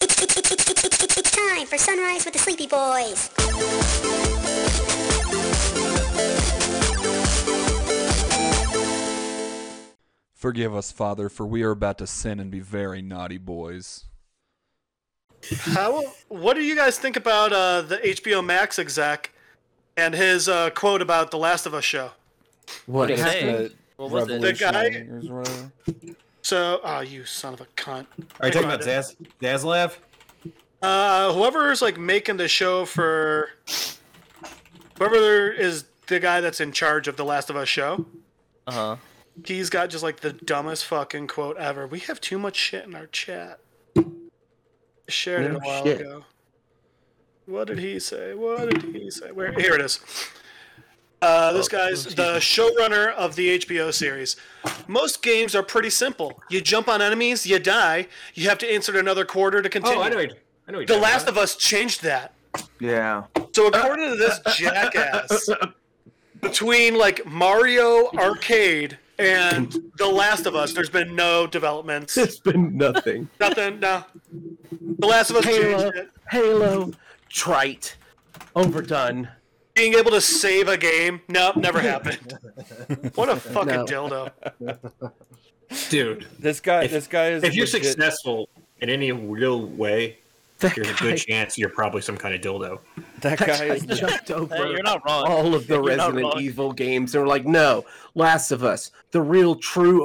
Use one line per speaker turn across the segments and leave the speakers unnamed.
It's, it's, it's, it's, it's, it's, it's time for sunrise with the sleepy boys.
Forgive us, Father, for we are about to sin and be very naughty boys.
How? Uh, What do you guys think about uh, the HBO Max exec and his uh, quote about the Last of Us show?
What
Hey,
happened?
what was it?
The guy-
Revolutionaries or whatever?
So, ah, you son of a cunt.
Are you talking about Zaz Zaslav?
Uh, whoever's like making the show for whoever is the guy that's in charge of the Last of Us show,
Uh
Uh-huh.
huh.
he's got just like the dumbest fucking quote ever. We have too much shit in our chat. I shared it a
No
while
shit.
ago. What did he say? What did he say? Where? Here it is. Uh, this
Oh,
guy's the showrunner of the HBO series. Most games are pretty simple. You jump on enemies, you die, you have to insert another quarter to continue.
Oh, I know. What, I know. What
The Last of Us changed that.
Yeah.
So according to this jackass, between like Mario Arcade and The Last of Us, there's been no developments.
It's been nothing.
Nothing. No. The Last of Us
Halo,
changed it.
Halo, trite, overdone.
Being able to save a game, no, never happened. What a fucking
No.
dildo.
Uh, dude.
This guy,
this
guy is.
If you're successful in any real way,
that
there's a good chance you're probably some kind of dildo.
That guy has jumped over
Hey, you're not wrong.
all of the
You're not
Resident
wrong.
Evil games, and we're like, no, Last of Us, the real, true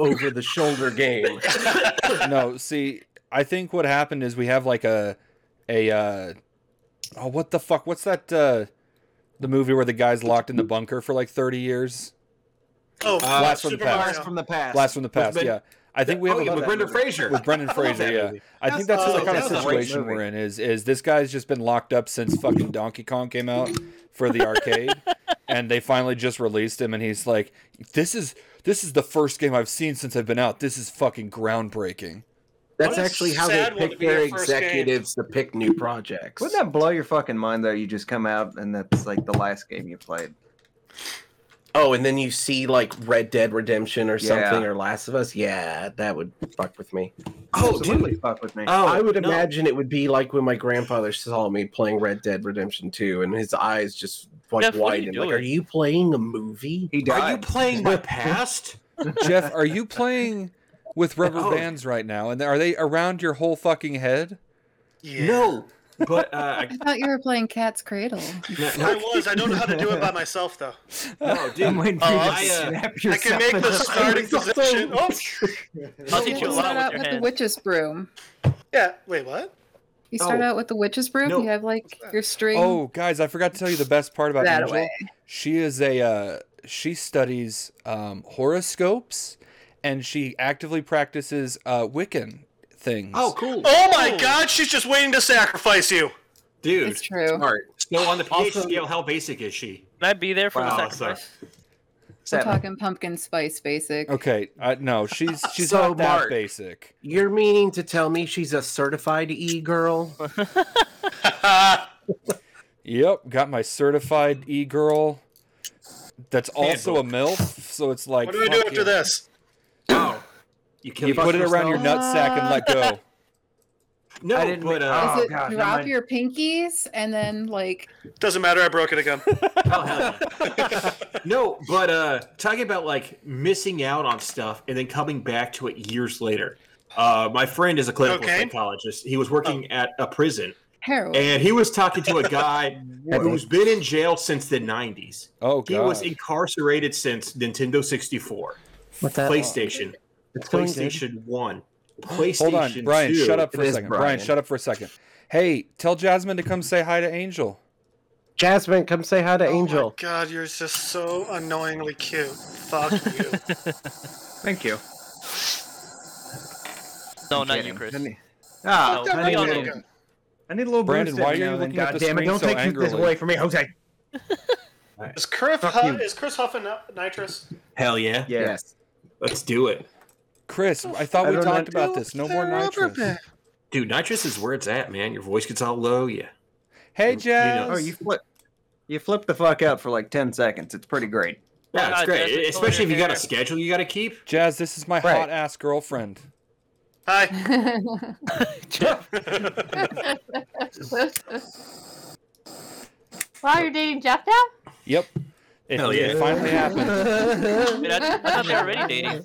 over-the-shoulder game.
no, see, I think what happened is we have like a a uh oh what the fuck? What's that uh the movie where the guy's locked in the bunker for like 30 years?
Oh,
Uh,
Blast
fuck,
from the
Super
past.
Mario.
from the past.
Blast from the Past,
Ben-
yeah. I think we have
oh, yeah,
a,
with Brendan Fraser.
with Brendan Fraser,
that
yeah.
movie.
I think that's
That's-
the kind
oh,
of
that was a great
situation
movie.
we're in is is this guy's just been locked up since fucking Donkey Kong came out for the arcade and they finally just released him and he's like this is this is the first game I've seen since I've been out. This is fucking groundbreaking.
That's
What a
actually how they
sad one to
pick
be their
their
first game.
executives to pick new projects.
Wouldn't that blow your fucking mind though? You just come out and that's like the last game you played.
Oh, and then you see like Red Dead Redemption or
Yeah.
something or Last of Us. Yeah, that would fuck with me.
Oh,
Absolutely
dude.
fuck with me.
Oh,
I would
no.
imagine it would be like when my grandfather saw me playing Red Dead Redemption 2 and his eyes just like
Jeff, what are you
widened. Like,
doing?
are you playing a movie?
he
Are you
died.
playing my past?
Jeff, are you playing with rubber
Oh.
bands right now? And are they around your whole fucking head?
Yeah.
No, but uh,
I thought you were playing Cat's Cradle.
I was. I don't know how to do it by myself though.
no,
I'm
dude.
waiting for
Oh,
you to
I, uh,
snap
I can make
yourself
the
in
starting position. Oh,
I'll teach you a
You
lot with
start out
your
with the
hands.
witch's broom.
yeah. Wait, what?
You start
No.
out with the witch's broom.
No.
You have like your string
Oh, guys, I forgot to tell you the best part about
that
Angel.
way.
She is a uh, she studies um, horoscopes, and she actively practices uh, Wiccan things.
Oh, cool.
Oh my God! She's just waiting to sacrifice you.
dude.
It's true.
Smart. So on the pH
Also-
scale, how basic is she?
Can I be there for
Wow,
the sacrifice?
We're
Seven.
talking pumpkin spice basic.
okay. Uh, no, she's she's
So,
not that
Mark.
basic.
You're meaning to tell me she's a certified e girl?
Yep, got my certified e girl. That's also a milf, so it's like
What do I do
fuck
after
you.
this?
Oh, you kill
You put it
yourself?
around your nutsack and let go.
No,
I didn't
but
mean-
uh,
Oh,
Is it
God, never
drop
mind.
your pinkies and then like
Doesn't matter. I broke it again.
Oh, hell yeah. no, but uh talking about like missing out on stuff and then coming back to it years later. Uh, my friend is a clinical
Okay.
psychologist. He was working at a prison
heroin?
and he was talking to a guy who's been in jail since the 90s.
Oh god.
He was incarcerated since Nintendo 64,
What that?
PlayStation,
It's going good.
PlayStation 1, PlayStation
Hold on, Brian.
2.
Shut up for
It
a
is
second. Brian.
Brian.
shut up for a second. Hey, tell Jasmine to come say hi to Angel.
Jasmine, come say hi to
Oh my
Angel.
God, you're just so annoyingly cute. Fuck you.
Thank you.
No,
I'm
not you,
kidding.
Chris. Uh,
I need- Ah,
No,
I, need
we
a
all
little,
know.
I need a little
Brandon,
boost
why
every
are you
now and
looking
then.
at
God
the
damn it,
screen
don't
so
take this
angrily?
away from me, Jose.
Is Chris,
Fuck
Huff,
you.
is Chris huffing up nitrous?
Hell yeah.
Yes.
Let's do it.
Chris, I thought
I
we
don't know-
talked about this. No more nitrous.
Dude, nitrous is where it's at, man. Your voice gets all low. Yeah.
Hey,
know-
Jazz.
Oh, you flip. You flip the fuck out for like ten seconds. It's pretty great.
Yeah, it's
God,
great.
Jazz, it's
Especially if you got a
totally
schedule you got to keep.
Jazz, this is my
Right.
hot ass girlfriend.
Hi.
Jeff.
Wow, you're dating Jeff now?
Yep. It,
Hell
it
yeah.
finally happened.
Dude, I, I thought they were already dating.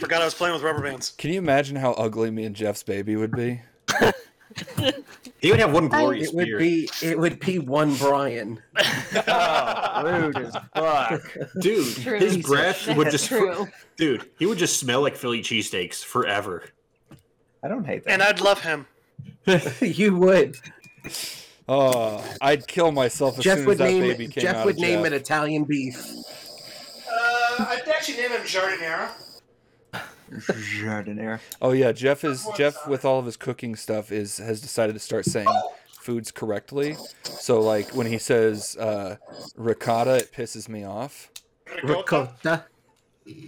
Forgot I was playing with rubber bands.
Can you imagine how ugly me and Jeff's baby would be?
He would have one
I-
glorious
It would
beard.
be it would be one Brian.
Rude as fuck.
dude,
True.
his breath would just
true.
dude, he would just smell like Philly cheesesteaks forever.
I don't hate that.
And I'd love him.
you would.
Oh, I'd kill myself as
Jeff
soon as
would
that
name
baby came out.
Jeff
of
would name
Jeff.
it Italian beef.
Uh, I'd actually name him Jardinera.
Jardinera.
Oh yeah, Jeff is Jeff with all of his cooking stuff is has decided to start saying foods correctly. So like when he says uh, ricotta, it pisses me off.
Ricotta.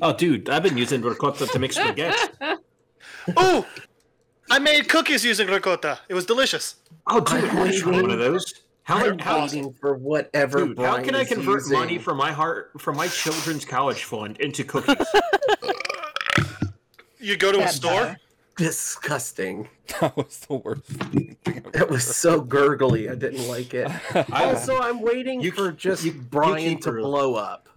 Oh, dude, I've been using ricotta to make spaghetti.
Ooh! I made cookies using ricotta. It was delicious.
Oh, dude, I wish for one of those. How,
I'm
how,
waiting for whatever
dude,
Brian
how can I
is
convert
using.
money from my heart from my children's college fund into cookies?
You go to a store?
disgusting.
That was the worst.
It was so gurgly. I didn't like it.
I,
also, I'm waiting
You-
for just
you- you
Brian
keep
to
her-
blow up.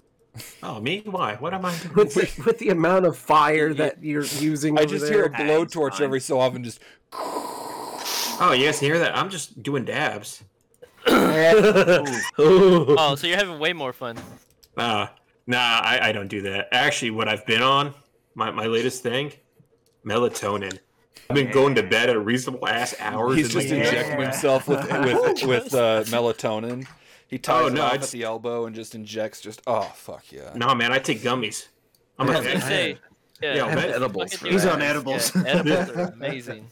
oh, me? Why? What am I doing?
With the, with the amount of fire that you're using,
I
over
just
there.
hear a
Ah, it's
blowtorch
fine.
every so often. Just
Oh, you guys can hear that? I'm just doing dabs.
Ooh.
Oh, so you're having way more fun.
Uh, nah, I, I don't do that. Actually, what I've been on, my, my latest thing, melatonin. I've been going to bed at a reasonable ass hours.
he's
and,
just
like,
injecting
yeah.
himself with with with uh, melatonin. He ties
Oh,
it
no,
off
it's-
at the elbow and just injects. Just oh fuck yeah.
No, man, I take gummies. I'm a
I was gonna say, yeah,
Yo,
fucking
man,
edibles.
do
He's
that.
on edibles.
Yeah, edibles are amazing.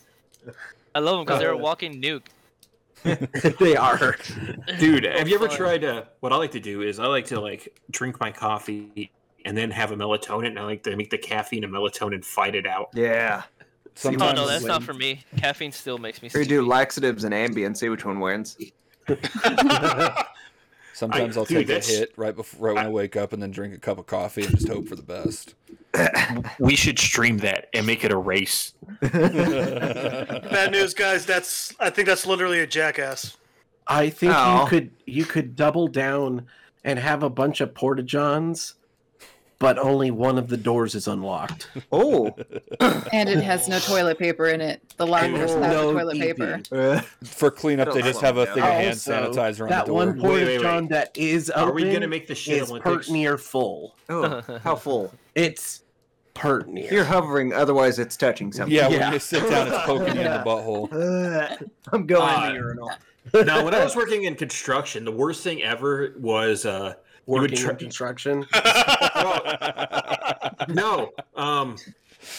I love them because they're a walking nuke.
they are.
dude. Have you ever
fun.
tried? Uh, what I like to do is I like to like drink my coffee and then have a melatonin. And I like to make the caffeine and melatonin fight it out.
Yeah.
Oh
Sometimes
no, that's not for me. Caffeine still makes me
Or you
sleepy.
do laxatives and Ambien, see which one wins.
sometimes
I-
I'll take a
dude, that's-
hit right before right when I, wake up and then drink a cup of coffee and just hope for the best.
We should stream that and make it a race.
Bad news, guys. That's I think that's literally a jackass.
I think
Aw.
you could you could double down and have a bunch of porta johns, but only one of the doors is unlocked.
Oh.
And it has no toilet paper in it. The last
there's
have
no
toilet
DP.
paper.
Uh,
For cleanup, they
Don't
just
slow
have a
down.
thing of hand
Also,
sanitizer on
that
the door.
one
Wait, wait,
porta
wait.
john that is open
Are we gonna make the shit
is
Olympics?
pert near full.
oh, how full.
It's pert
If
near.
You're hovering, otherwise it's touching something.
Yeah,
Yeah.
when you sit down, it's poking you in the
Yeah.
butthole.
Uh, I'm going
Ah.
to urinal.
now, when I was working in construction, the worst thing ever was uh, you would
Working
try-
in construction.
no, um,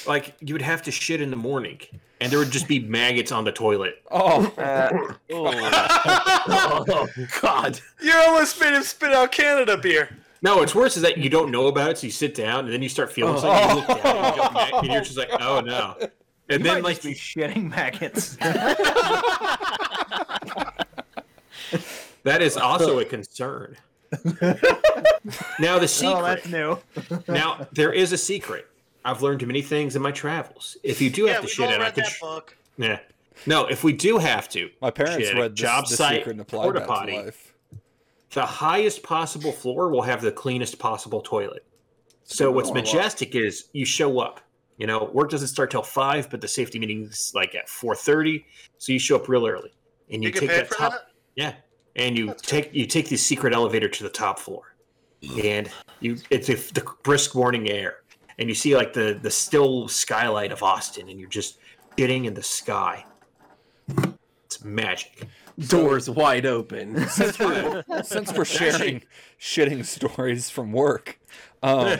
like you would have to shit in the morning, and there would just be maggots on the toilet.
Oh,
Uh,
Oh,
oh God!
You almost made him spit out Canada beer.
No, what's worse is that you don't know about it, so you sit down and then you start feeling something. You look down, and you jump back, and you're just like, oh no. And then like
be shitting maggots.
that is also a concern. now the
oh, that's
secret.
new.
now there is a secret. I've learned many things in my travels. If you do have
yeah,
to
we've
shit
all
out, I
read
can.
that
Sh-
book.
yeah. No, if we do have to,
my parents
shit,
read this,
job
this
site,
secret and applied
porta
that
potty.
to life.
the highest possible floor will have the cleanest possible toilet. So what's majestic is you show up. You know, work doesn't start till five, but the safety meeting's like at four thirty. So you show up real early, and you,
You get
take
paid
that
for
top.
that?
Yeah, and you take you take the secret elevator to the top floor, and you it's if the brisk morning air, and you see like the the still skylight of Austin, and you're just getting in the sky. It's magic.
Doors wide open.
Since we're sharing shitting stories from work, um,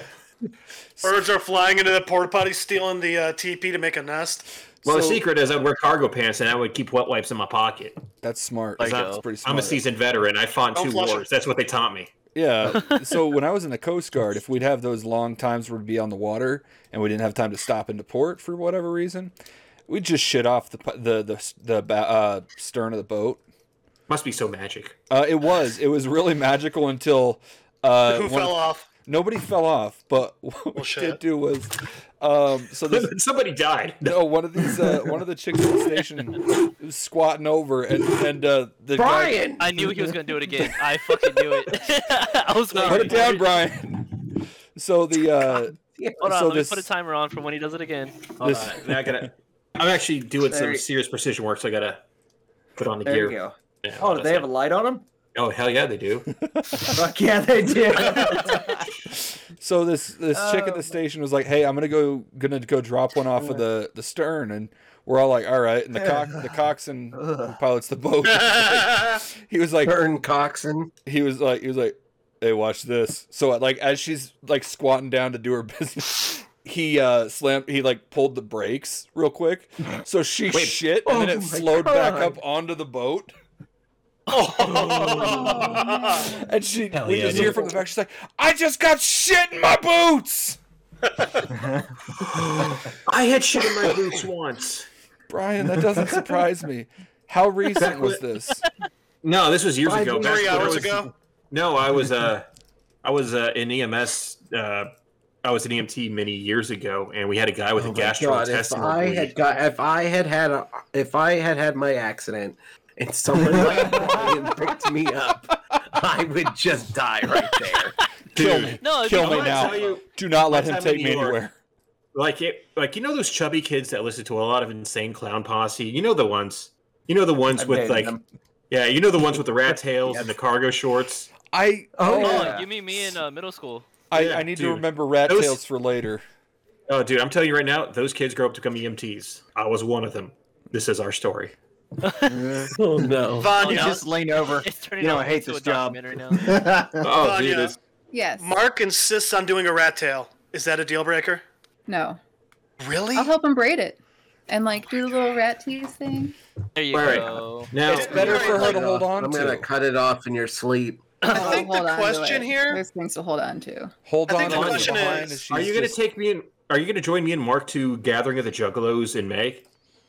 Birds are flying into the porta potty, stealing the uh, teepee to make a nest.
Well, the
So-
secret is I'd wear cargo pants and I would keep wet wipes in my pocket.
that's smart.
Like,
that's
uh,
pretty smart.
I'm a seasoned veteran. I fought
Don't
in two
flush it.
wars. That's what they taught me.
Yeah. So when I was in the Coast Guard, if we'd have those long times where we'd be on the water and we didn't have time to stop into port for whatever reason, we'd just shit off the pu- the the, the ba- uh, stern of the boat.
Must be so magic.
Uh, it was it was really magical until uh,
Who
one-
fell off?
Nobody fell off, but what we
shit.
did do was Um, so this
Somebody died.
no one of these uh, one of the chicks at the station was squatting over and and uh, the guy-
Brian!
I knew he was gonna do it again. I fucking knew it. I was like,
put it down, Brian. So the uh,
Hold on,
so
let
this
me put a timer on for when he does it again.
Hold
This-
on, now I gotta. I'm actually doing
There
some
you-
serious precision work, so I gotta put on the
There
gear.
you go.
now.
Oh, do they have a
That's
light on them?
it. Oh hell yeah, they do.
Fuck yeah, they do.
so this this chick
Oh.
at the station was like, "Hey, I'm gonna go gonna go drop one off of the the stern," and we're all like, "All right." And the cock the coxswain who pilots the boat. he was like,
Burn Coxon.
he was like, he was like, "Hey, watch this." So like as she's like squatting down to do her business. He uh slammed. He like pulled the brakes real quick, so she shit, and then
Oh
it
my
flowed back
God.
up onto the boat. And she,
Hell
we
yeah,
just
dude.
hear from the back. She's like, "I just got shit in my boots."
I had shit in my boots once.
Brian, that doesn't surprise me. How recent was this?
No, this was years
Five
ago.
years
back
Three
when I
hours
was-
ago.
No, I was uh, I was uh, in EMS. Uh, I was an EMT many years ago, and we had a guy with
Oh
a
my God, if
gastrointestinal.
I
bleed.
had got if I had had a if I had had my accident and someone like Brian picked me up, I would just die right there.
Kill me.
No,
Kill
no,
me
I
now.
tell you-
Do not let
my
him
time in
take me
New York-
anywhere.
like it, like you know those chubby kids that listen to a lot of insane clown posse. You know the ones. You know the ones
I've
with
dated
like,
them.
yeah, you know the ones with the rat tails and the cargo shorts.
I
Oh,
Hold
yeah.
on, give me me in uh, middle school.
I,
Yeah,
I need to
dude.
remember rat
Those-
tails for later.
Oh, dude, I'm telling you right now, those kids grow up to become EMTs. I was one of them. This is our story.
Oh no.
Vanya,
You just lean over.
It's turning
You know,
out
I hate
into
this
a
job.
documentary now.
Oh,
Vanya.
dude, it's-
Yes.
Mark insists on doing a rat tail. Is that a deal breaker?
no.
Really?
I'll help him braid it. And like do the little rat tease thing.
There you
All right.
go.
now
It's
Better for her
like,
to hold on
I'm gonna
to.
cut it off in your sleep.
Oh,
I think the question here.
There's things to hold on to.
Hold
I
on.
think
to
the
the
question
behind
is,
as she's
Are you gonna
just-
take me and Are you gonna join me and Mark to Gathering of the Juggalos in May?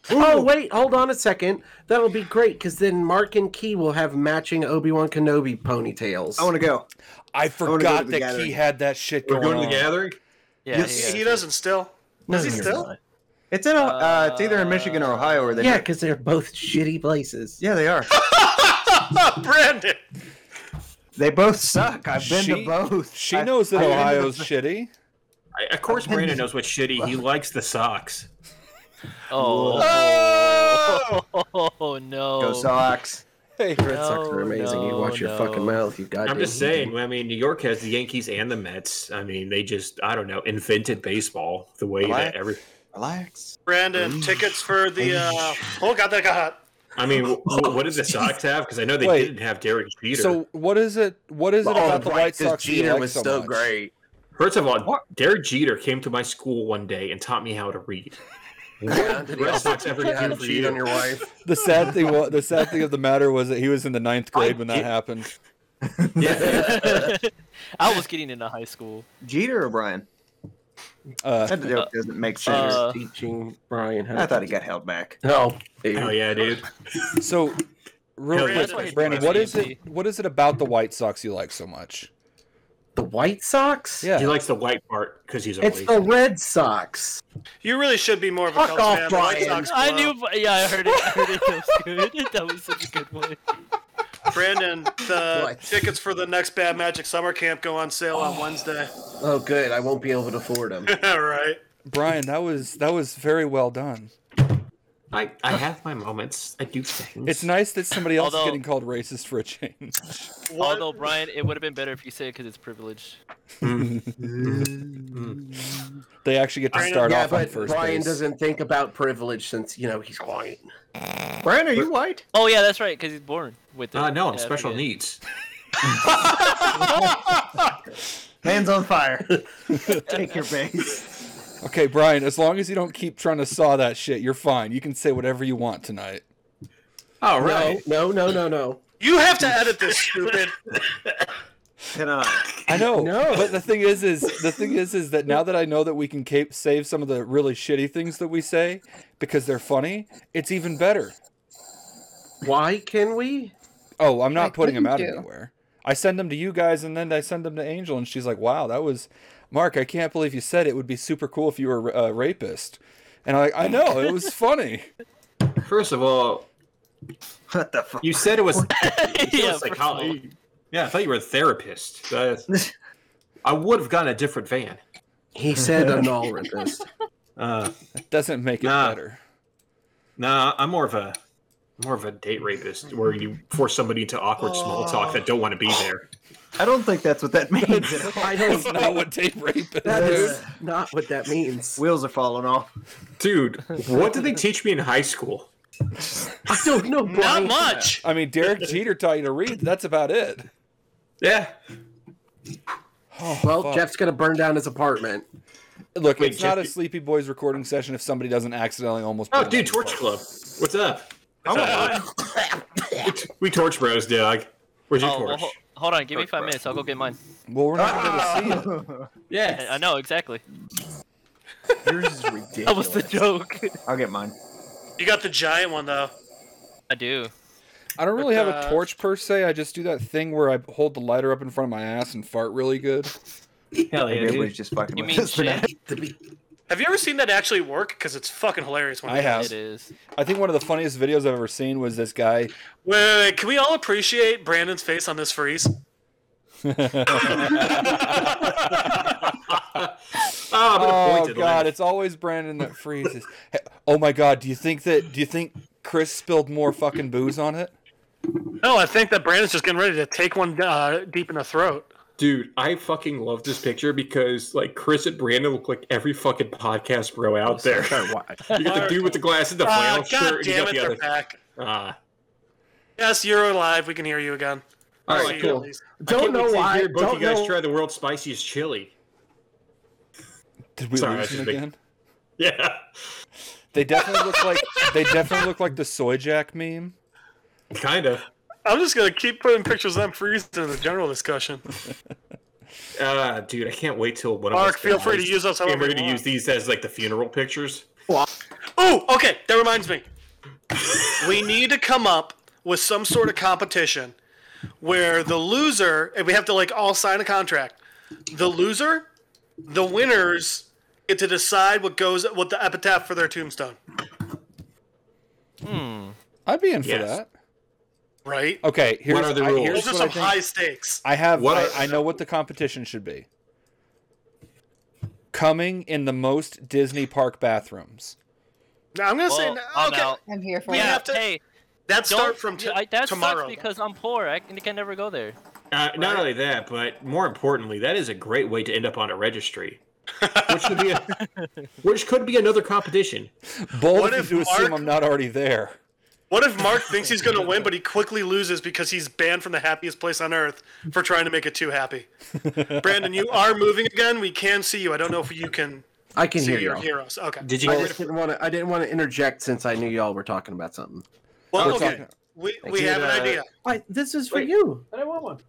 Oh wait, hold on a second. That'll be great because then Mark and Key will have matching Obi Wan Kenobi ponytails.
I want to go.
I
go to
forgot
the
that he
gathering.
had that shit
We're
going,
going to the
on.
gathering.
Yeah,
He,
yeah.
he doesn't still.
No,
Does he
you're
still?
not.
It's in. O- Uh, it's either in Michigan or Ohio, or they.
Yeah, because they're both shitty places.
Yeah, they are.
Brandon.
They both suck. I've been
She-
to both.
She
I-
knows that
I've been to
Ohio's
the-
shitty.
I, of course, Brandon knows what's shitty. He likes the socks.
Oh. Oh no.
Go Sox.
Hey,
Red Sox are
No,
amazing. you
no,
watch your
no.
fucking mouth. You goddamn.
I'm just saying. I mean, New York has the Yankees and the Mets. I mean, they just I don't know invented baseball the way
Relax.
that every.
Relax.
Brandon, tickets for the. Uh... Oh, God, that got hot.
I mean, wh- wh- what did the Sox have? Because I know they
Wait.
didn't have Derek Jeter.
so what is it? What is it
Oh,
about the White Sox? you like so much?
first of all, Derek Jeter came to my school one day and taught me how to read. What did the Red Sox ever
Yeah,
do for
cheat on
you?
your wife.
The sad thing, wa- the sad thing of the matter was that he was in the ninth grade when that
did-
happened.
Yeah.
I was getting into high school.
Jeter or Brian?
Uh,
That joke doesn't make sense.
Uh,
Teaching Brian how.
I thought he got held back.
No.
Oh yeah, dude.
so, real
Hell
quick,
yeah, that's why he
Brandon,
plays
what is
D&D.
it? What is it about the White Sox you like so much?
The White Sox.
He
Yeah,
likes the white part because he's a
It's the
racist.
Red Sox.
You really should be more of a
Fuck
Cubs
off,
fan. The White
Brian.
Sox
I
blow.
knew. Yeah, I heard it. I heard it. That was good. That was such a good one.
Brandon, the
What?
tickets for the next Bad Magic Summer Camp go on sale on Wednesday.
Oh, good. I won't be able to afford them.
All right.
Brian, that was that was very well done.
I, I have my moments. I do things.
It's nice that somebody else is
Although-
getting called racist for a change.
What?
Although Brian, it would have been better if you said it because it's privileged.
They actually get to
Brandon-
start
yeah,
off on
but
first
Brian
base.
doesn't think about privilege since you know he's white.
Brian, are you white?
Oh yeah, that's right, because he's born with it.
Uh, no, I'm
Yeah, I
special
forget.
needs.
Hands on fire. Take your base.
Okay, Brian, as long as you don't keep trying to saw that shit, you're fine. You can say whatever you want tonight.
Oh, right. No, no, no, no, no.
You have to edit this, stupid.
Cannot.
I know.
No.
But the thing is is the thing is is that now that I know that we can cape, save some of the really shitty things that we say because they're funny, it's even better.
Why can we?
Oh, I'm not
Like, what
putting them
do
out
you do?
anywhere. I send them to you guys and then I send them to Angel and she's like, "Wow, that was Mark, I can't believe you said it would be super cool if you were a ra- a rapist. And I, I know it was funny.
First of all,
What the fuck?
you said it was. you
Yeah,
said yeah,
first of
yeah, I thought you were a therapist. That's- I would have gotten a different van.
He said a null rapist.
Uh,
That doesn't make it
Nah.
better.
nah, I'm more of a more of a date rapist, where you force somebody into awkward small talk that don't want to be there.
I don't think that's what that means. at all.
I
That's
don't
not what date rape is.
That
dude.
is not what that means.
Wheels are falling off.
Dude, what did they teach me in high school?
I don't know.
Not
Brian.
much.
I mean, Derek Jeter taught you to read. That's about it.
Yeah.
Well,
Fuck.
Jeff's gonna burn down his apartment.
Look,
Wait,
it's not a
Jeff-
Sleepy Boys recording session if somebody doesn't accidentally almost.
Oh,
burn
dude,
down
Torch
the
Club. What's up? We- we torch bros, dog. Where's your
Oh, well,
torch?
ho- hold on. Give me five minutes. I'll go get mine.
place. Well, we're not going to see it.
yeah.
I I know exactly.
Yours is ridiculous.
That was the joke.
I'll get mine.
You got the giant one though.
I do.
I don't really have
uh,
a torch per se. I just do that thing where I hold the lighter up in front of my ass and fart really good.
Hell yeah,
Maybe everybody's
dude.
just fucking
You
with
mean
us for
shit?
that.
Have you ever seen that actually work? Because it's fucking hilarious. When
I
it
have.
does.
It is.
I think one of the funniest videos I've ever seen was this guy.
Wait, wait, wait, can we all appreciate Brandon's face on this freeze?
Oh, I'm gonna point
Oh
to the
God,
left.
it's always Brandon that freezes. Hey, oh my God, do you think that? Do you think Chris spilled more fucking booze on it?
No, I think that Brandon's just getting ready to take one uh, deep in the throat.
Dude, I fucking love this picture because like Chris and Brandon look like every fucking podcast bro out there. you got the dude with the glasses, the
Ah,
flannel
God
shirt, and you
damn
got
it,
the
they're
other.
back.
Ah.
Yes, you're alive. We can hear you again.
all
See
right,
you,
cool.
at least.
I can't
Don't know
wait to
why.
hear Both
Don't
you guys
know.
try the world's spiciest chili.
Did we
Sorry, I
lose
should
him
make-
again?
Yeah.
They definitely look like they definitely look like the soy jack meme.
Kinda.
I'm just gonna keep putting pictures of them freezing in the general discussion.
Ah, dude, I can't wait till one of
Mark,
us
feel free to
dies.
use us
And
however
we're
you
gonna use
want.
these as like the funeral pictures.
Oh, okay. That reminds me. we need to come up with some sort of competition where the loser, and we have to like all sign a contract. The loser, the winners get to decide what goes, what the epitaph for their tombstone.
I'd be in for
Yes.
that.
Right?
Okay, here's
are the
I,
rules?
here's
Those are
what I
some
think.
high stakes.
I have.
What
I,
are-
I know what the competition should be. Coming in the most Disney park bathrooms.
Now I'm gonna say,
Well, I'm
okay,
out.
I'm here for
We
it.
Yeah.
have to-
Hey,
that
don't.
start from t-
I, that
tomorrow.
sucks because I'm poor. I can, can never go there.
Uh, Not only that, but more importantly, that is a great way to end up on a registry, which could be a, which could be another competition.
Bold
What
if
if
you assume
Mark-
I'm not already there.
what if Mark thinks he's gonna win, but he quickly loses because he's banned from the happiest place on earth for trying to make it too happy? Brandon, you are moving again. We can see you. I don't know if you can
I can
see
hear
your
you.
heroes. Okay.
Did you
I
get
just didn't want to. I didn't want to interject since I knew y'all were talking about something.
Well,
We're
okay.
talking-
We, we
Did,
have an
uh,
idea.
I, this is for
Wait.
you.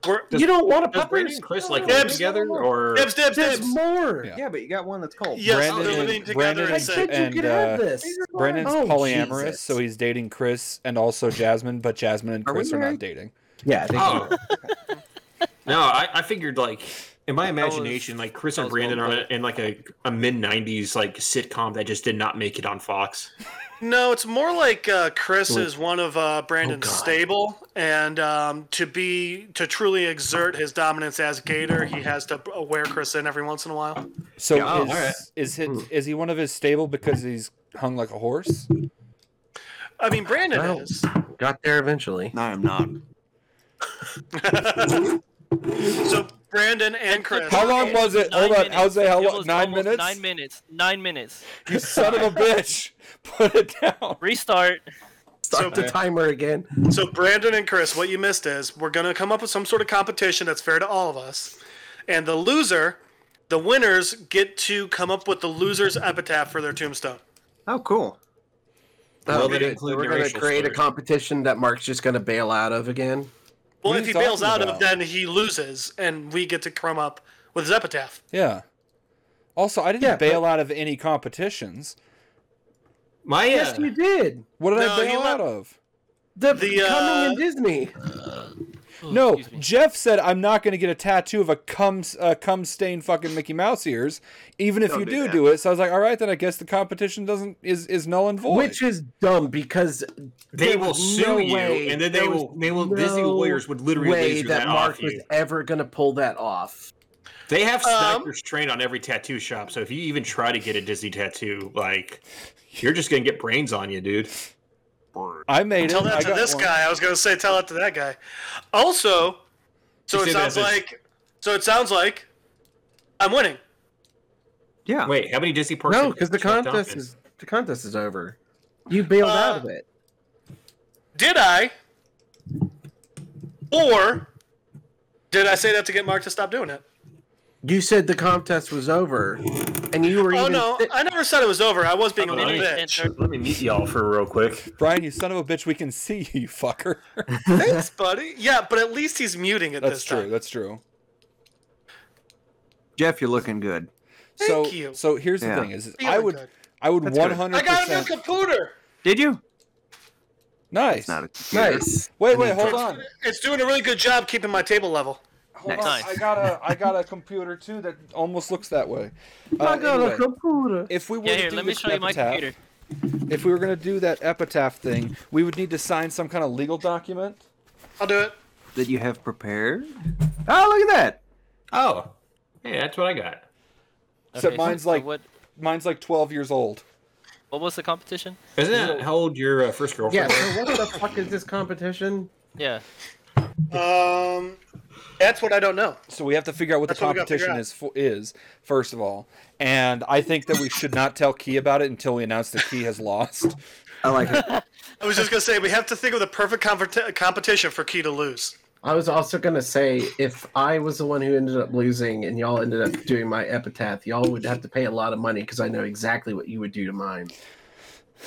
We're,
Does-
you don't want a
does Brandon
puppers.
and Chris like
No,
live
Dibs.
together or
dibs, dibs,
There's
dibs.
more.
Yeah.
Yeah, but you got one that's cold.
Yes,
Brandon
they're living
and-
together
Brandon
and
I
and-
said,
said you could
uh,
have this.
Brandon's
Oh,
polyamorous,
Jesus.
so he's dating Chris and also Jasmine, but Jasmine and
Are we
Chris are, not
married?
dating.
yeah. I think
Oh. no, I, I figured like in my
was-
imagination, like Chris
that
and
was
Brandon
well
are in like a, a mid '90s like sitcom that just did not make it on Fox.
No, it's more like uh, Chris
Oh.
is one of uh, Brandon's stable, and um, to be to truly exert his dominance as Gator, he has to uh, wear Chris in every once in a while.
So
Yeah,
is,
alright.
is, his, is he one of his stable because he's hung like a horse?
I mean, Brandon
Well.
is.
got there eventually.
No, I'm not.
So Brandon and Chris.
How long was it?
Nine
Hold on,
minutes.
Jose. How
It
long?
was
Nine
almost
minutes.
Nine minutes. Nine minutes.
You son of a bitch! Put it down.
Restart.
Start the timer again.
So Brandon and Chris, what you missed is we're gonna come up with some sort of competition that's fair to all of us, and the loser, the winners get to come up with the loser's epitaph for their tombstone.
Oh, cool.
Oh,
Will that
good.
include
We're gonna
racial
create a
slurs?
competition that Mark's just gonna bail out of again.
Well,
What are
if
you
he bails
talking
out of,
about?
then he loses, and we get to come up with his epitaph.
Yeah. Also, I didn't
Yeah,
bail out of any competitions.
My uh,
Yes, you did.
What did
No,
I
he
bail
let-
out of?
The,
The,
coming
uh,
in Disney.
No,
excuse me.
Jeff said I'm not going to get a tattoo of a cum uh, cum stained fucking Mickey Mouse ears, even if
Don't
you
do
do
that.
do it. So I was like, all right, then I guess the competition doesn't is is null and void.
Which is dumb because
They
there
will
was
sue
no
you,
way-
and then they
there was
will. They will. Disney
no
lawyers would literally
way
laser
that,
that,
Mark
off
was
you.
ever gonna pull that off.
They have
Um,
snipers trained on every tattoo shop, so if you even try to get a Disney tattoo, like you're just gonna get brains on you, dude.
I made
Tell
it.
that
I
to
got
this
one.
guy. I was gonna say tell that to that guy. Also, so
Just
it
say that
sounds
as a-
like so it sounds like I'm winning.
Yeah.
Wait, how many Disney parks?
No,
have
because the
shut down
contest
this?
is the contest is over. You bailed out of
Uh,
it.
Did I? Or did I say that to get Mark to stop doing it?
You said the contest was over, and you were
Oh
even
no,
sit-
I never said it was over. I was being a
Oh,
little
I
understand,
bitch.
sir.
Let me meet y'all for real quick.
Brian, you son of a bitch, we can see you, you fucker.
Thanks, buddy. Yeah, but at least he's muting it
That's
this
true.
time.
That's true.
Jeff, you're looking good.
so,
Thank you.
So here's
Yeah.
the thing: is, is
Feeling
I would,
good.
I would
That's
one
good.
hundred
I got a new
percent.
computer.
Did you?
Nice.
Not a computer.
nice.
Wait, wait, hold on.
It's doing a really good job keeping my table level.
Hold
Nice.
on. I
Nice.
got a, I got a computer too that almost looks that way. Uh, anyway,
computer.
if we were
Yeah,
to
here,
do
let me
this
show you my
epitaph-
computer.
If we were going to do that epitaph thing, we would need to sign some kind of legal document.
I'll do it.
That you have prepared? Oh, look at that.
Oh, hey, that's what I got.
So
Okay,
mine's like-
what?
Mine's like 12 years old.
What was the competition?
Isn't that how old your uh, first
Yeah.
girlfriend? was?
So what the fuck is this competition?
Yeah.
Um, that's what I don't know.
So we have to figure out what
That's
the
what we gotta figure
competition is for,
out.
is first of all, and I think that we should not tell Key about it until we announce that Key has lost.
I like it.
I was just gonna say we have to think of the perfect compet- competition for Key to lose.
I was also gonna say if I was the one who ended up losing and y'all ended up doing my epitaph, y'all would have to pay a lot of money because I know exactly what you would do to mine.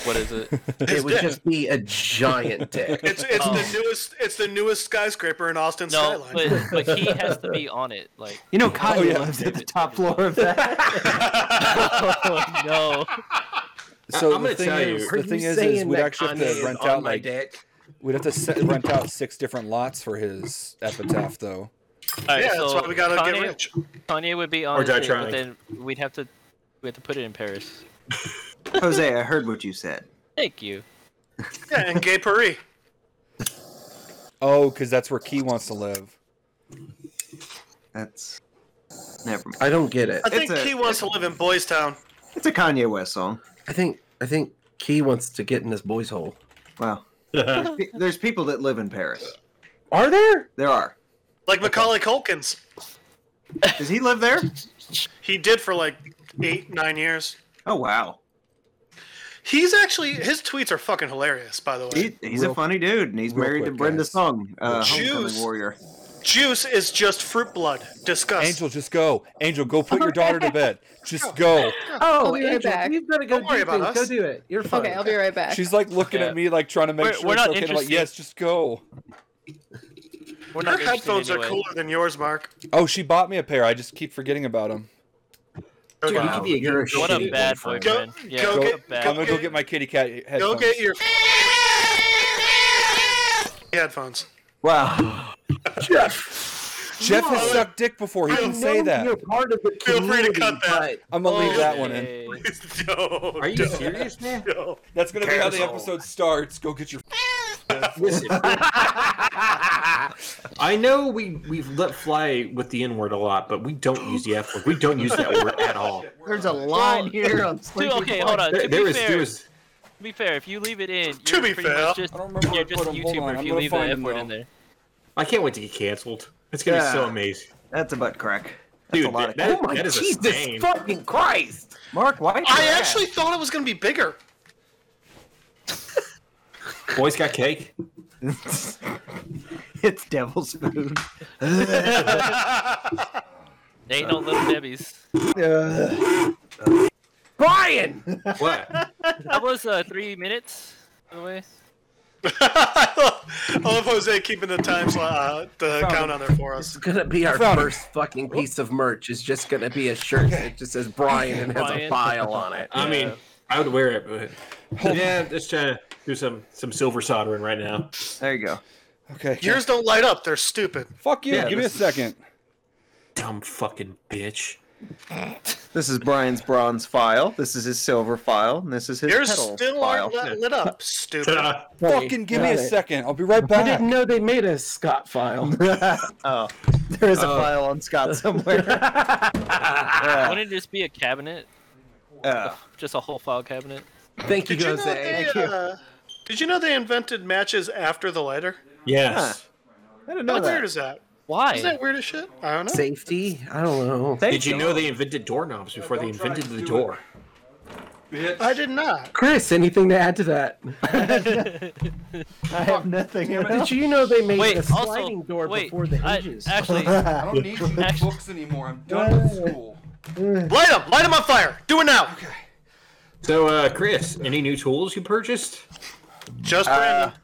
What is it?
His
It would
dick.
just be a giant dick.
It's it's
Oh.
the newest it's the newest skyscraper in Austin
no,
skyline.
but but he has to be on it. Like.
You know, Kyle
yeah.
lives at the top floor of that.
oh no.
So
I'm
the
gonna
thing
tell you-
is,
Are
the thing
you
is, is
saying
we'd
that
actually
Kanye
have
is
to rent
on
out
my
like
dick?
we'd have to set, rent out six different lots for his epitaph, though.
All right,
yeah,
so
that's why we gotta
Kanye,
get rich.
Kanye would be on
Or
his
die
thing, but
trying.
then we'd have to we have to put it in Paris.
Jose, I heard what you said.
Thank you.
Yeah, and Gay Paris.
Oh, because that's where Key wants to live.
That's. Never mind.
I don't get it.
I think
a-
Key wants to live in Boys Town.
It's a Kanye West song.
I think I think Key wants to get in this boy's hole.
Wow. There's pe- There's people that live in Paris.
Are there?
There are.
Like Macaulay Culkins.
Does he live there?
He did for like eight, nine years.
Oh, wow.
He's actually his tweets are fucking hilarious, by the way.
He, he's a
Real-
funny dude, and he's
real
married to
quick,
Brenda
guys.
Song, uh,
Juice.
homecoming warrior.
Juice is just fruit blood. Disgust.
Angel, just go. Angel, go put your daughter to bed. Just go.
Oh, you're back.
You've got to go
Don't worry
do
about
things. Go
us.
do it. You're fine.
Okay, I'll be right back.
She's like looking
Yeah.
at me, like trying to make
We're-
sure
we're
it's
not
okay. and I'm like, yes,
interested.
just go.
We're
Her
not interested
headphones are
anyway.
cooler than yours, Mark.
Oh, she bought me a pair. I just keep forgetting about them.
Dude,
Wow,
you could be a
you're
good
a
What a
Shitty
bad
boyfriend.
boyfriend.
Go-
yeah,
go
what
get-
a bad.
I'm gonna go get my kitty cat headphones.
Go get your headphones.
Wow.
Jeff has sucked dick before. He
I
can
know
say
You're
that.
part of the
Feel free to cut
community,
that.
I'm gonna leave that one in.
Hey.
no,
Are you serious, man?
No.
That's gonna be how the
Carousel.
episode starts. Go get your.
Listen, I know we we've let fly with the N word a lot, but we don't use the F word. We don't use that word at all.
There's a line here on
Dude, okay, hold on.
There,
To
there
be
is there
fair,
is
to be fair, if you leave it in,
To
you're
be
pretty
fair.
much just
I don't remember where
you're
I
just a
put 'em. Hold on,
YouTuber if
I'm
you
gonna
leave the
find
F
'em
word in
now.
there.
I can't wait to get canceled. It's gonna be so
Yeah.
amazing.
That's a butt crack. That's
Dude,
a lot of
that-
crack.
Oh my that is a
Jesus
stain.
fucking Christ. Mark, why? is
I
your
actually thought it was gonna be bigger.
Boys got cake.
ass- it's devil's food.
They ain't no little debbies.
Brian.
What?
That was uh, three minutes, by the way.
I love- I love Jose keeping the time slot, uh, the count on there for us.
It's gonna be our
found it.
first fucking piece of merch. It's just gonna be a shirt that just says Brian and has a
Brian.
file on it.
I mean, I would wear it, but yeah, just trying to do some some silver soldering right now.
There you go.
Okay.
Yours don't light up. They're stupid.
Fuck you.
Yeah,
Give me a
this is-
second.
Dumb fucking bitch.
This is Brian's bronze file. This is his silver file. And this is his
Yours
petal
still
file.
aren't lit, lit up. Stupid.
Ta-da.
Fucking give me a
Got it.
second. I'll be right
I didn't
back.
know they made a Scott file.
oh, there is a file on Scott somewhere.
Wouldn't it just be a cabinet?
Oh.
Just a whole file cabinet?
Thank you,
Did you know
Jose.
they?
Thank you.
Uh, did you know they invented matches after the lighter?
Yes.
I didn't
How
know
weird
that.
is that?
Why?
Isn't that weird as shit? I don't know.
Safety? I don't know.
Did you know they invented doorknobs before they invented the door?
I did not.
Chris, anything to add to that?
I have nothing.
Did you know they made
Wait,
a
also,
sliding door
wait,
before the
I-
hinges?
actually,
I don't need these
Actually-
books anymore. I'm done with school.
Light them. Light them on fire. Do it now.
So, uh, Chris, any new tools you purchased?
Just Brandon.
Nah.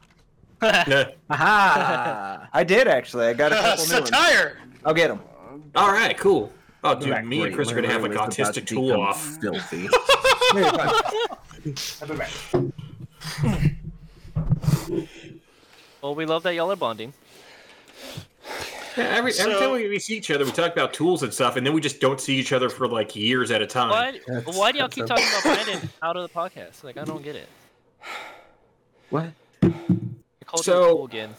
Aha!
Ah. I did actually. I got a couple new ones.
Satire.
I'll get them.
All right, cool. Oh, dude,
Back
me and
way.
Chris are
My
gonna have
room
like
is about to
autistic tool
become
off.
Filthy.
Well, we love that y'all are bonding.
Yeah, every every
So-
time we, we see each other, we talk about tools and stuff, and then we just don't see each other for like years at a time.
Why?
That's-
Why do y'all keep
that's
talking about Brandon out of the podcast? Like, I don't get it.
what?
You're called
So-
cool again.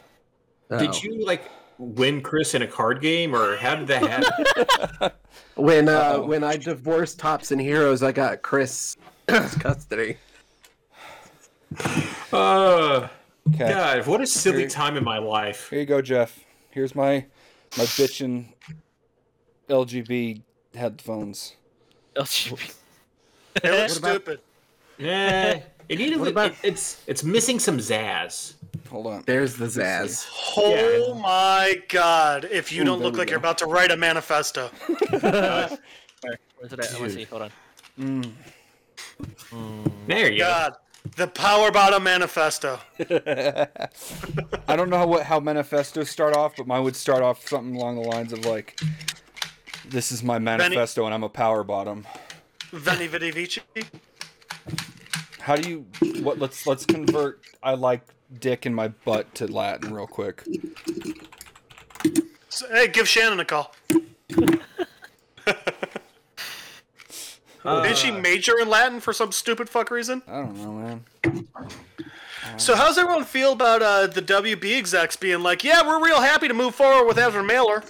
Oh.
Did you like win Chris in a card game, or how did that happen?
When uh, when I divorced Tops and Heroes, I got Chris custody.
uh,
Okay.
God, what a silly time in my life.
Here you go, Jeff. Here's my my bitchin' LGB headphones.
Oh, LGBT.
They look stupid.
Yeah, Eh, it needed.
What about-
it- it's it's missing some zazz.
Hold on.
There's the Zaz.
Oh my god. If you don't
there
look
we
like
go.
you're about to write a manifesto.
Where's it at? I want to see. Hold on.
There you go.
God. The power bottom manifesto.
I don't know how, what how manifestos start off, but mine would start off something along the lines of like, "This is my manifesto, and I'm a power bottom."
Veni Vidi Vici.
How do you? What? Let's let's convert. I like dick in my butt to Latin real quick.
So, hey, give Shannon a call. Did she major in Latin for some stupid fuck reason?
I don't know, man.
So how's everyone feel about uh, the WB execs being like, yeah, we're real happy to move forward with Ezra Mailer?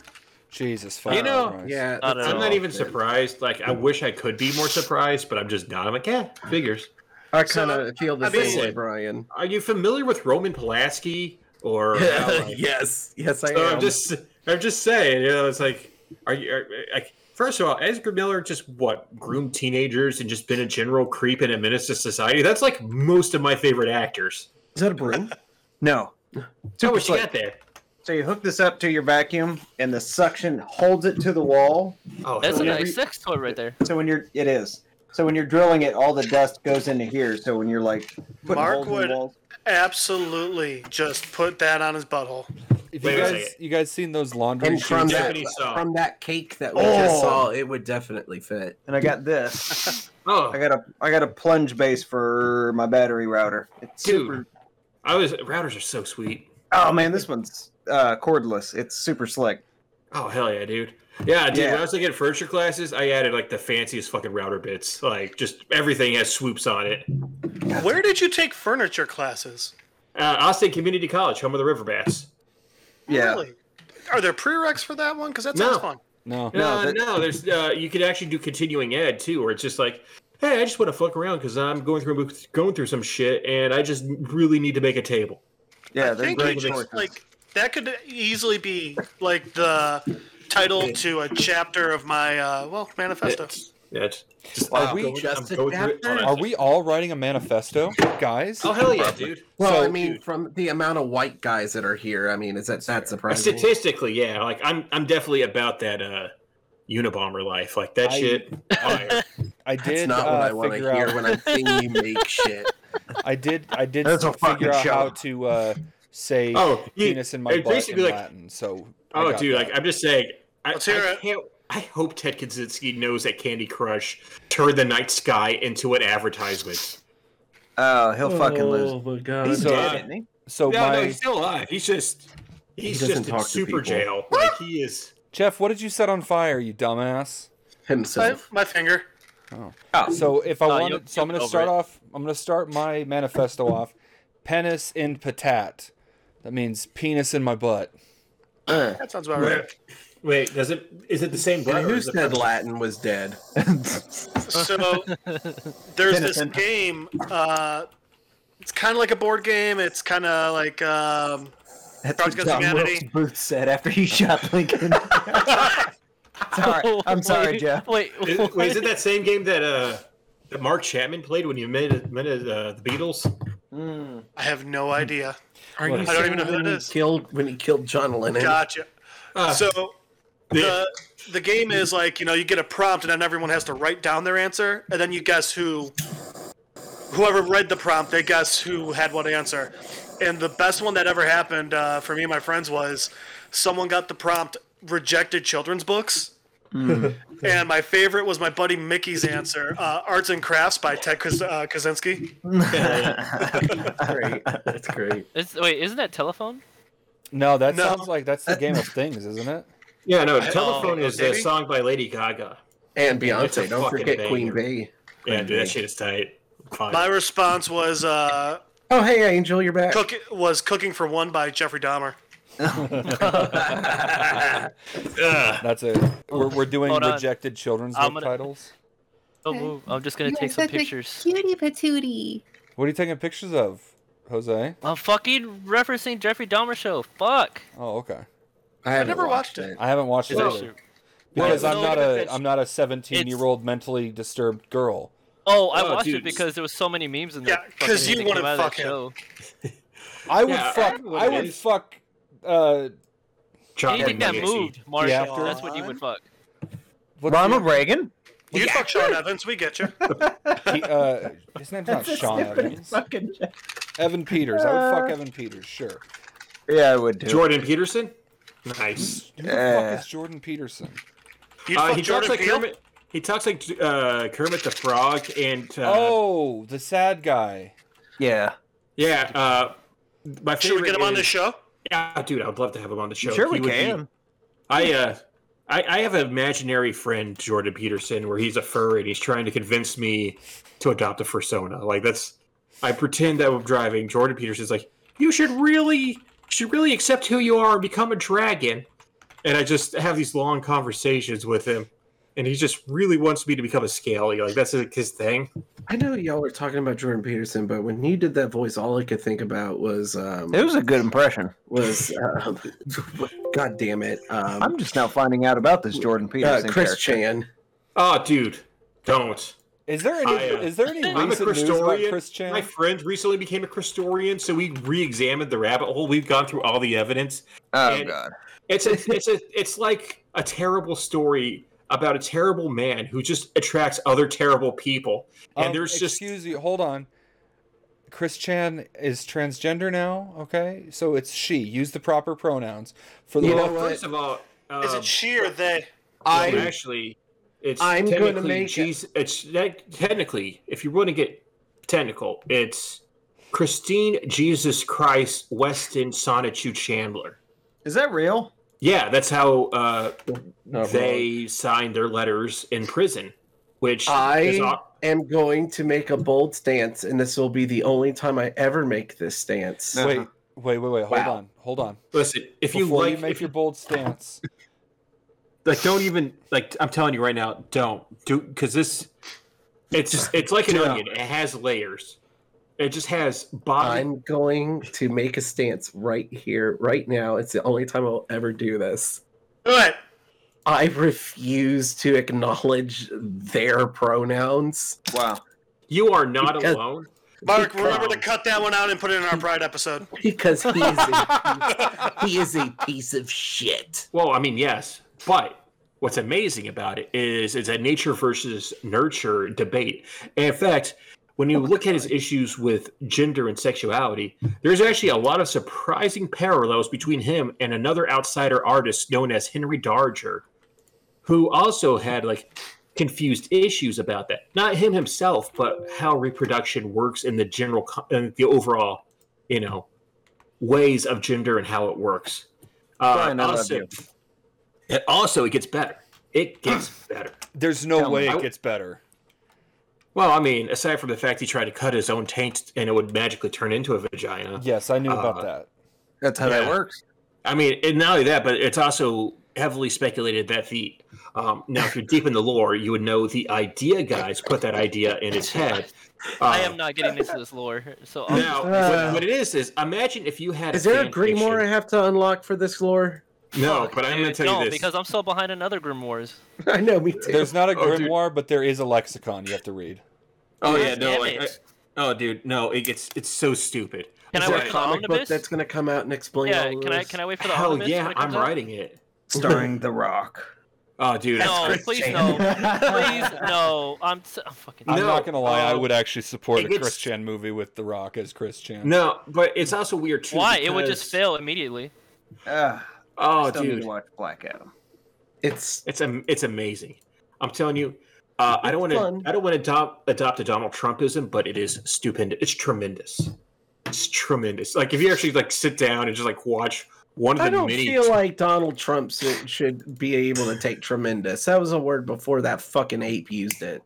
Jesus fucking
know,
Christ.
Yeah,
Not at
I'm
all.
not even surprised. Like, I wish I could be more surprised, but I'm just not. I'm like, yeah, figures.
I kind of feel the
I mean-
same way, Brian.
Are you familiar with Roman Pulaski or? Ally?
yes, yes, I
So
am.
I'm just, I'm just saying, you know, it's like, are you, are, like, first of all, Ezra Miller just what groomed teenagers and just been a general creep and a menace to society. That's like most of my favorite actors.
Is that a broom?
No.
So what you got there?
So you hook this up to your vacuum, and the suction holds it to the wall.
Oh,
That's a
yeah.
nice sex toy right there.
So when you're, it is. So when you're drilling it, all the dust goes into here. So when you're like putting
Mark
holes in
would-
the walls,
Absolutely. Just put that on his butthole.
If
Wait
you
a
guys,
second.
you guys seen those laundry?
And from
sheets?
that, Oh.
Japanese saw.
from that cake that we just saw, it would definitely fit.
and I got this. I
oh,
got a, I got a plunge base for my battery router. It's super.
dude, I was routers are so sweet.
Oh man, this one's uh, cordless. It's super slick.
Oh hell yeah, dude. Yeah, dude. When
Yeah.
I was taking furniture classes, I added like the fanciest fucking router bits. Like just everything has swoops on it.
Where did you take furniture classes?
Uh, Austin Community College, home of the River Bats.
Yeah.
Really? Are there prereqs for that one? Because that sounds
No.
fun.
No.
No,
No, that-
no. There's uh, you could actually do continuing ed too, where it's just like, hey, I just want to fuck around because I'm going through going through some shit, and I just really need to make a table.
Yeah,
I
they're
think
great
you
choices.
just, like that could easily be like the title to a chapter of my uh, well manifesto.
That's just
Are
I'm
we
going-
just
I'm going through it on a-
Are we all writing a manifesto, guys?
Oh hell yeah, dude!
Well,
So-
I mean, from the amount of white guys that are here, I mean, is that that surprising?
Statistically, yeah. Like I'm, I'm definitely about that uh, Unabomber life. Like that
I-
shit. fire.
I
That's
did
not what
uh,
I want to
figure
hear
out.
when I'm seeing you make shit.
I did. I did
That's a fucking
figure out
show.
how to uh, say
Oh, you-
penis in my
it's
butt in
basically like-
Latin. So. I
oh
got
dude,
that.
like I'm just saying. I,
Let's hear
I
it.
can't. I hope Ted Kaczynski knows that Candy Crush turned the night sky into an advertisement.
Oh, he'll fucking lose.
my god!
He's
So-
dead, isn't he?
so
uh, No,
my
no, he's still alive. He's just He's
doesn't
just in
talk to people.
super jail. Like he is.
Jeff, what did you set on fire, you dumbass?
My,
himself.
my finger.
So if I
Oh,
want,
you'll-
to so I'm
you'll
going to
over
start
it.
off. I'm going to start my manifesto off. Penis in patat. That means penis in my butt.
That sounds about right.
Wait, does it? Is it the same
And
brother?
who
Is it
said
the-
Latin was dead?
So there's this game. Uh, it's kind of like a board game. It's kind of like um,
That's
Cards
what
Against
John
Humanity.
Wilkes Booth said after he shot Lincoln. sorry. I'm sorry,
Wait,
Jeff.
Wait,
Is, wait, is it that same game that uh that Mark Chapman played when you met met uh, the Beatles?
I have no idea.
Are
What?
you
I don't
saying
even know who
when
that
he
is.
Killed when he killed John Lennon.
Gotcha.
Uh,
So the the game is like you know you get a prompt and then everyone has to write down their answer and then you guess who whoever read the prompt they guess who had what answer and the best one that ever happened uh, for me and my friends was someone got the prompt rejected children's books
Mm-hmm.
and my favorite was my buddy mickey's answer uh, arts and crafts by ted Kuz- uh, kaczynski
That's great. That's great.
It's, wait, isn't that telephone?
No, that
No.
sounds like that's the game of things, isn't it?
yeah, no. Telephone is a
maybe?
song by Lady Gaga.
And
It's a
Beyonce. Don't
fucking
forget
banger.
Queen B.
Yeah, dude, that shit is tight. Fine.
my response was uh,
Oh hey Angel, you're back.
cook- was cooking for one by jeffrey dahmer
Ugh.
That's it. We're, we're doing
Hold on.
rejected children's
I'm
book
gonna-
titles.
Don't
Okay.
move. I'm just gonna
You
take
are
some
such a
pictures.
Cutie patootie.
What are you taking pictures of, Jose?
I'm fucking referencing Jeffrey Dahmer show. Fuck. Oh.
Oh, okay.
I haven't
never watched it.
I haven't watched it
Well,
either. because
I-
I'm
no,
not
it's-
a I'm not a 17
it's-
year old mentally disturbed girl.
Oh, I
Oh,
watched
dude.
it because there was so many memes in
Yeah,
there.
'cause
fucking
you
that
wanna
came out of that
fuck him.
show.
I would
Yeah,
fuck
I would-
I would fuck uh
Chop
Anything
and
that
Legacy.
moved, Mario,
actor.
that's what you would fuck.
what's
Ronald Reagan.
you fuck sean evans we get you
the- he- uh, his name's not Sean Evans.
Fucking Jeff.
Evan Peters. I would fuck Evan Peters, sure.
Yeah, I would do.
Jordan Peterson. Nice.
Who the
Yeah.
fuck is Jordan Peterson?
you
Uh,
fuck
he talks
jordan
like
Peele?
Kermit. He talks like uh, Kermit the Frog and uh,
oh, the sad guy.
Yeah.
yeah. Uh, my
Should we get him on
the
the show?
Yeah, dude, I'd love to have him on the show.
Sure, we
He would be-
can.
I uh I, I have an imaginary friend, Jordan Peterson, where he's a furry and he's trying to convince me to adopt a fursona. Like that's I pretend that I'm driving. Jordan Peterson's like, You should really should really accept who you are and become a dragon. And I just have these long conversations with him. And he just really wants me to become a scaly. Like that's like, his thing.
I know y'all were talking about Jordan Peterson, but when he did that voice, all I could think about was um,
It was a good impression.
was um, God damn it, um,
I'm just now finding out about this Jordan
uh,
Peterson.
Chris
character.
Chan.
Oh dude, don't.
Is there any
I, uh,
is there any
I'm a
recent news about
Christorian.
Chris Chan?
My friend recently became a Christorian, so we re-examined the rabbit hole. We've gone through all the evidence.
Oh
And-
god.
It's a, it's a, it's like a terrible story about a terrible man who just attracts other terrible people, and
Um,
there's just
excuse you, hold on. Chris Chan is transgender now, okay? So it's she. Use the proper pronouns. For the
You know
love-
what?
first of all, um,
Is it she or they?
I
I'm-
actually, it's
I'm gonna
technically
make it-
she's it's that, technically if you want to get technical, it's Christine Jesus Christ Weston Sonichu Chandler.
Is that real?
Yeah, that's how uh,
No,
they signed their letters in prison, which is
I
au-
am going to make a bold stance, and this will be the only time I ever make this stance.
No.
Wait, wait, wait, wait. Hold
Wow.
on. Hold on.
listen. If you
Before
like,
you make
if
your bold stance,
like don't even like i'm telling you right now don't do because this it's just it's like an
Yeah.
onion it has layers it just has bottom
I'm going to make a stance right here, right now. It's the only time I'll ever do this.
Do it.
I refuse to acknowledge their pronouns.
Wow.
you are not
Because-
alone
Mark, remember to cut that one out and put it in our Pride episode.
because he is a piece, he is a piece of shit.
well i mean yes but what's amazing about it is it's a nature versus nurture debate and in fact when you look at his issues with gender and sexuality there's actually a lot of surprising parallels between him and another outsider artist known as henry darger who also had like confused issues about that. Not him himself, but how reproduction works in the general, co- in the overall, you know, ways of gender and how it works. Uh,
Brian, I love
also,
you.
It, also, it gets better. It gets better.
There's no
Tell
way
me.
it gets better.
Well, I mean, aside from the fact he tried to cut his own taint and it would magically turn into a vagina.
Yes, I knew about
Uh,
that.
That's how
Yeah.
that works.
I mean, and not only that, but it's also heavily speculated that the um, now, if you're deep in the lore, you would know the idea guys put that idea in his head. Uh,
I am not getting into this lore, so I'm
now.
Uh.
what, what it is is, imagine if you had.
Is there a
fan
Grimoire I
fiction-
have to unlock for this lore?
No, but I'm going to
Dude,
tell
don't,
you this.
because I'm still behind in other grimoires.
I know, me too.
There's not a
Oh, dude.
grimoire, but there is a lexicon you have to read.
oh yeah,
God
no,
damn
like,
it.
I- oh dude, no, it gets it's so stupid.
Can I
Is there
wear
a
Like,
clown
comic book
omnibus?
that's going to come out and explain
Yeah,
all of
can I
this?
can I wait for the
Hell
omnibus
yeah,
when it
I'm
comes out?
writing it.
Starring The Rock. Ah,
Oh dude,
No,
it's-
please no, please no. I'm, t- I'm fucking.
I'm
No,
not gonna lie, I
um,
would actually support
it
a
gets-
Chris Chan movie with The Rock as Chris Chan.
no, but it's also weird too.
Why? It would just
because-
fail immediately.
Uh,
Oh
still need
dude,
to watch Black Adam.
It's
It's am- it's amazing. I'm telling you, uh, I don't want
fun.
to I don't want to adopt adopt a Donald Trumpism, but it is stupendous. It's tremendous. It's tremendous. Like if you actually like sit down and just like watch one of
I
the
don't
many.
feel like Donald Trump s- should be able to take tremendous. That was a word before that fucking ape used it.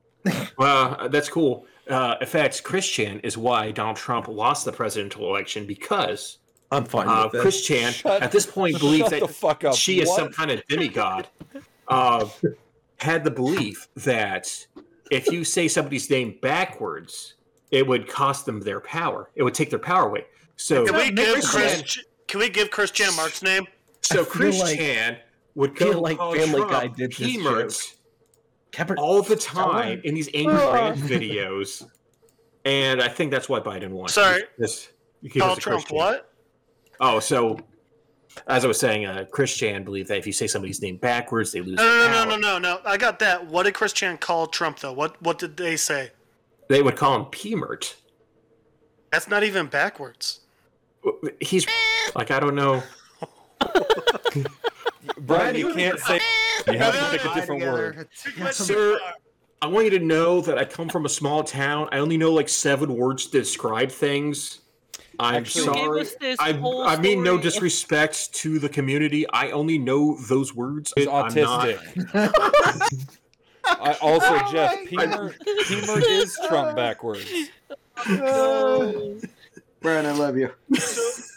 Well, that's cool. Uh, in fact, Chris Chan is why Donald Trump lost the presidential election because
I'm fine
uh,
with it.
Chris Chan
Shut-
at this point believes
shut the
that
fuck up.
she is
What?
some kind of demigod. Uh, had the belief that if you say somebody's name backwards, it would cost them their power. It would take their power away. So,
Can we give
Chris
Chris?
Chan-
Ch- Can we give Chris Chan Mark's name?
so Chris
like-
Chan would
feel
go
like
call
Family
Trump
Guy did this
Peamerts
Kepper-
all the time in these angry
Ah.
rant videos, and I think that's why Biden won.
Sorry.
This- because
Donald
of
Trump.
Chris Chan.
What?
Oh, so as I was saying, uh, Chris Chan believed that if you say somebody's name backwards, they lose.
No,
their
no, no,
power.
no, no, no, no. I got that. What did Chris Chan call Trump though? What What did they say?
They would call him P-Mert.
That's not even backwards.
He's like, I don't know.
Brian, you can't say you have to pick a different word.
Sir, I want you to know that I come from a small town. I only know like seven words to describe things. I'm
Actually-
You gave
sorry.
us this
I,
whole
I mean no
story.
disrespect to the community. I only know those words.
He's
I'm not-
autistic. I also, Jeff, Peamer, Peamer is Trump backwards.
Brian, I love you.
So,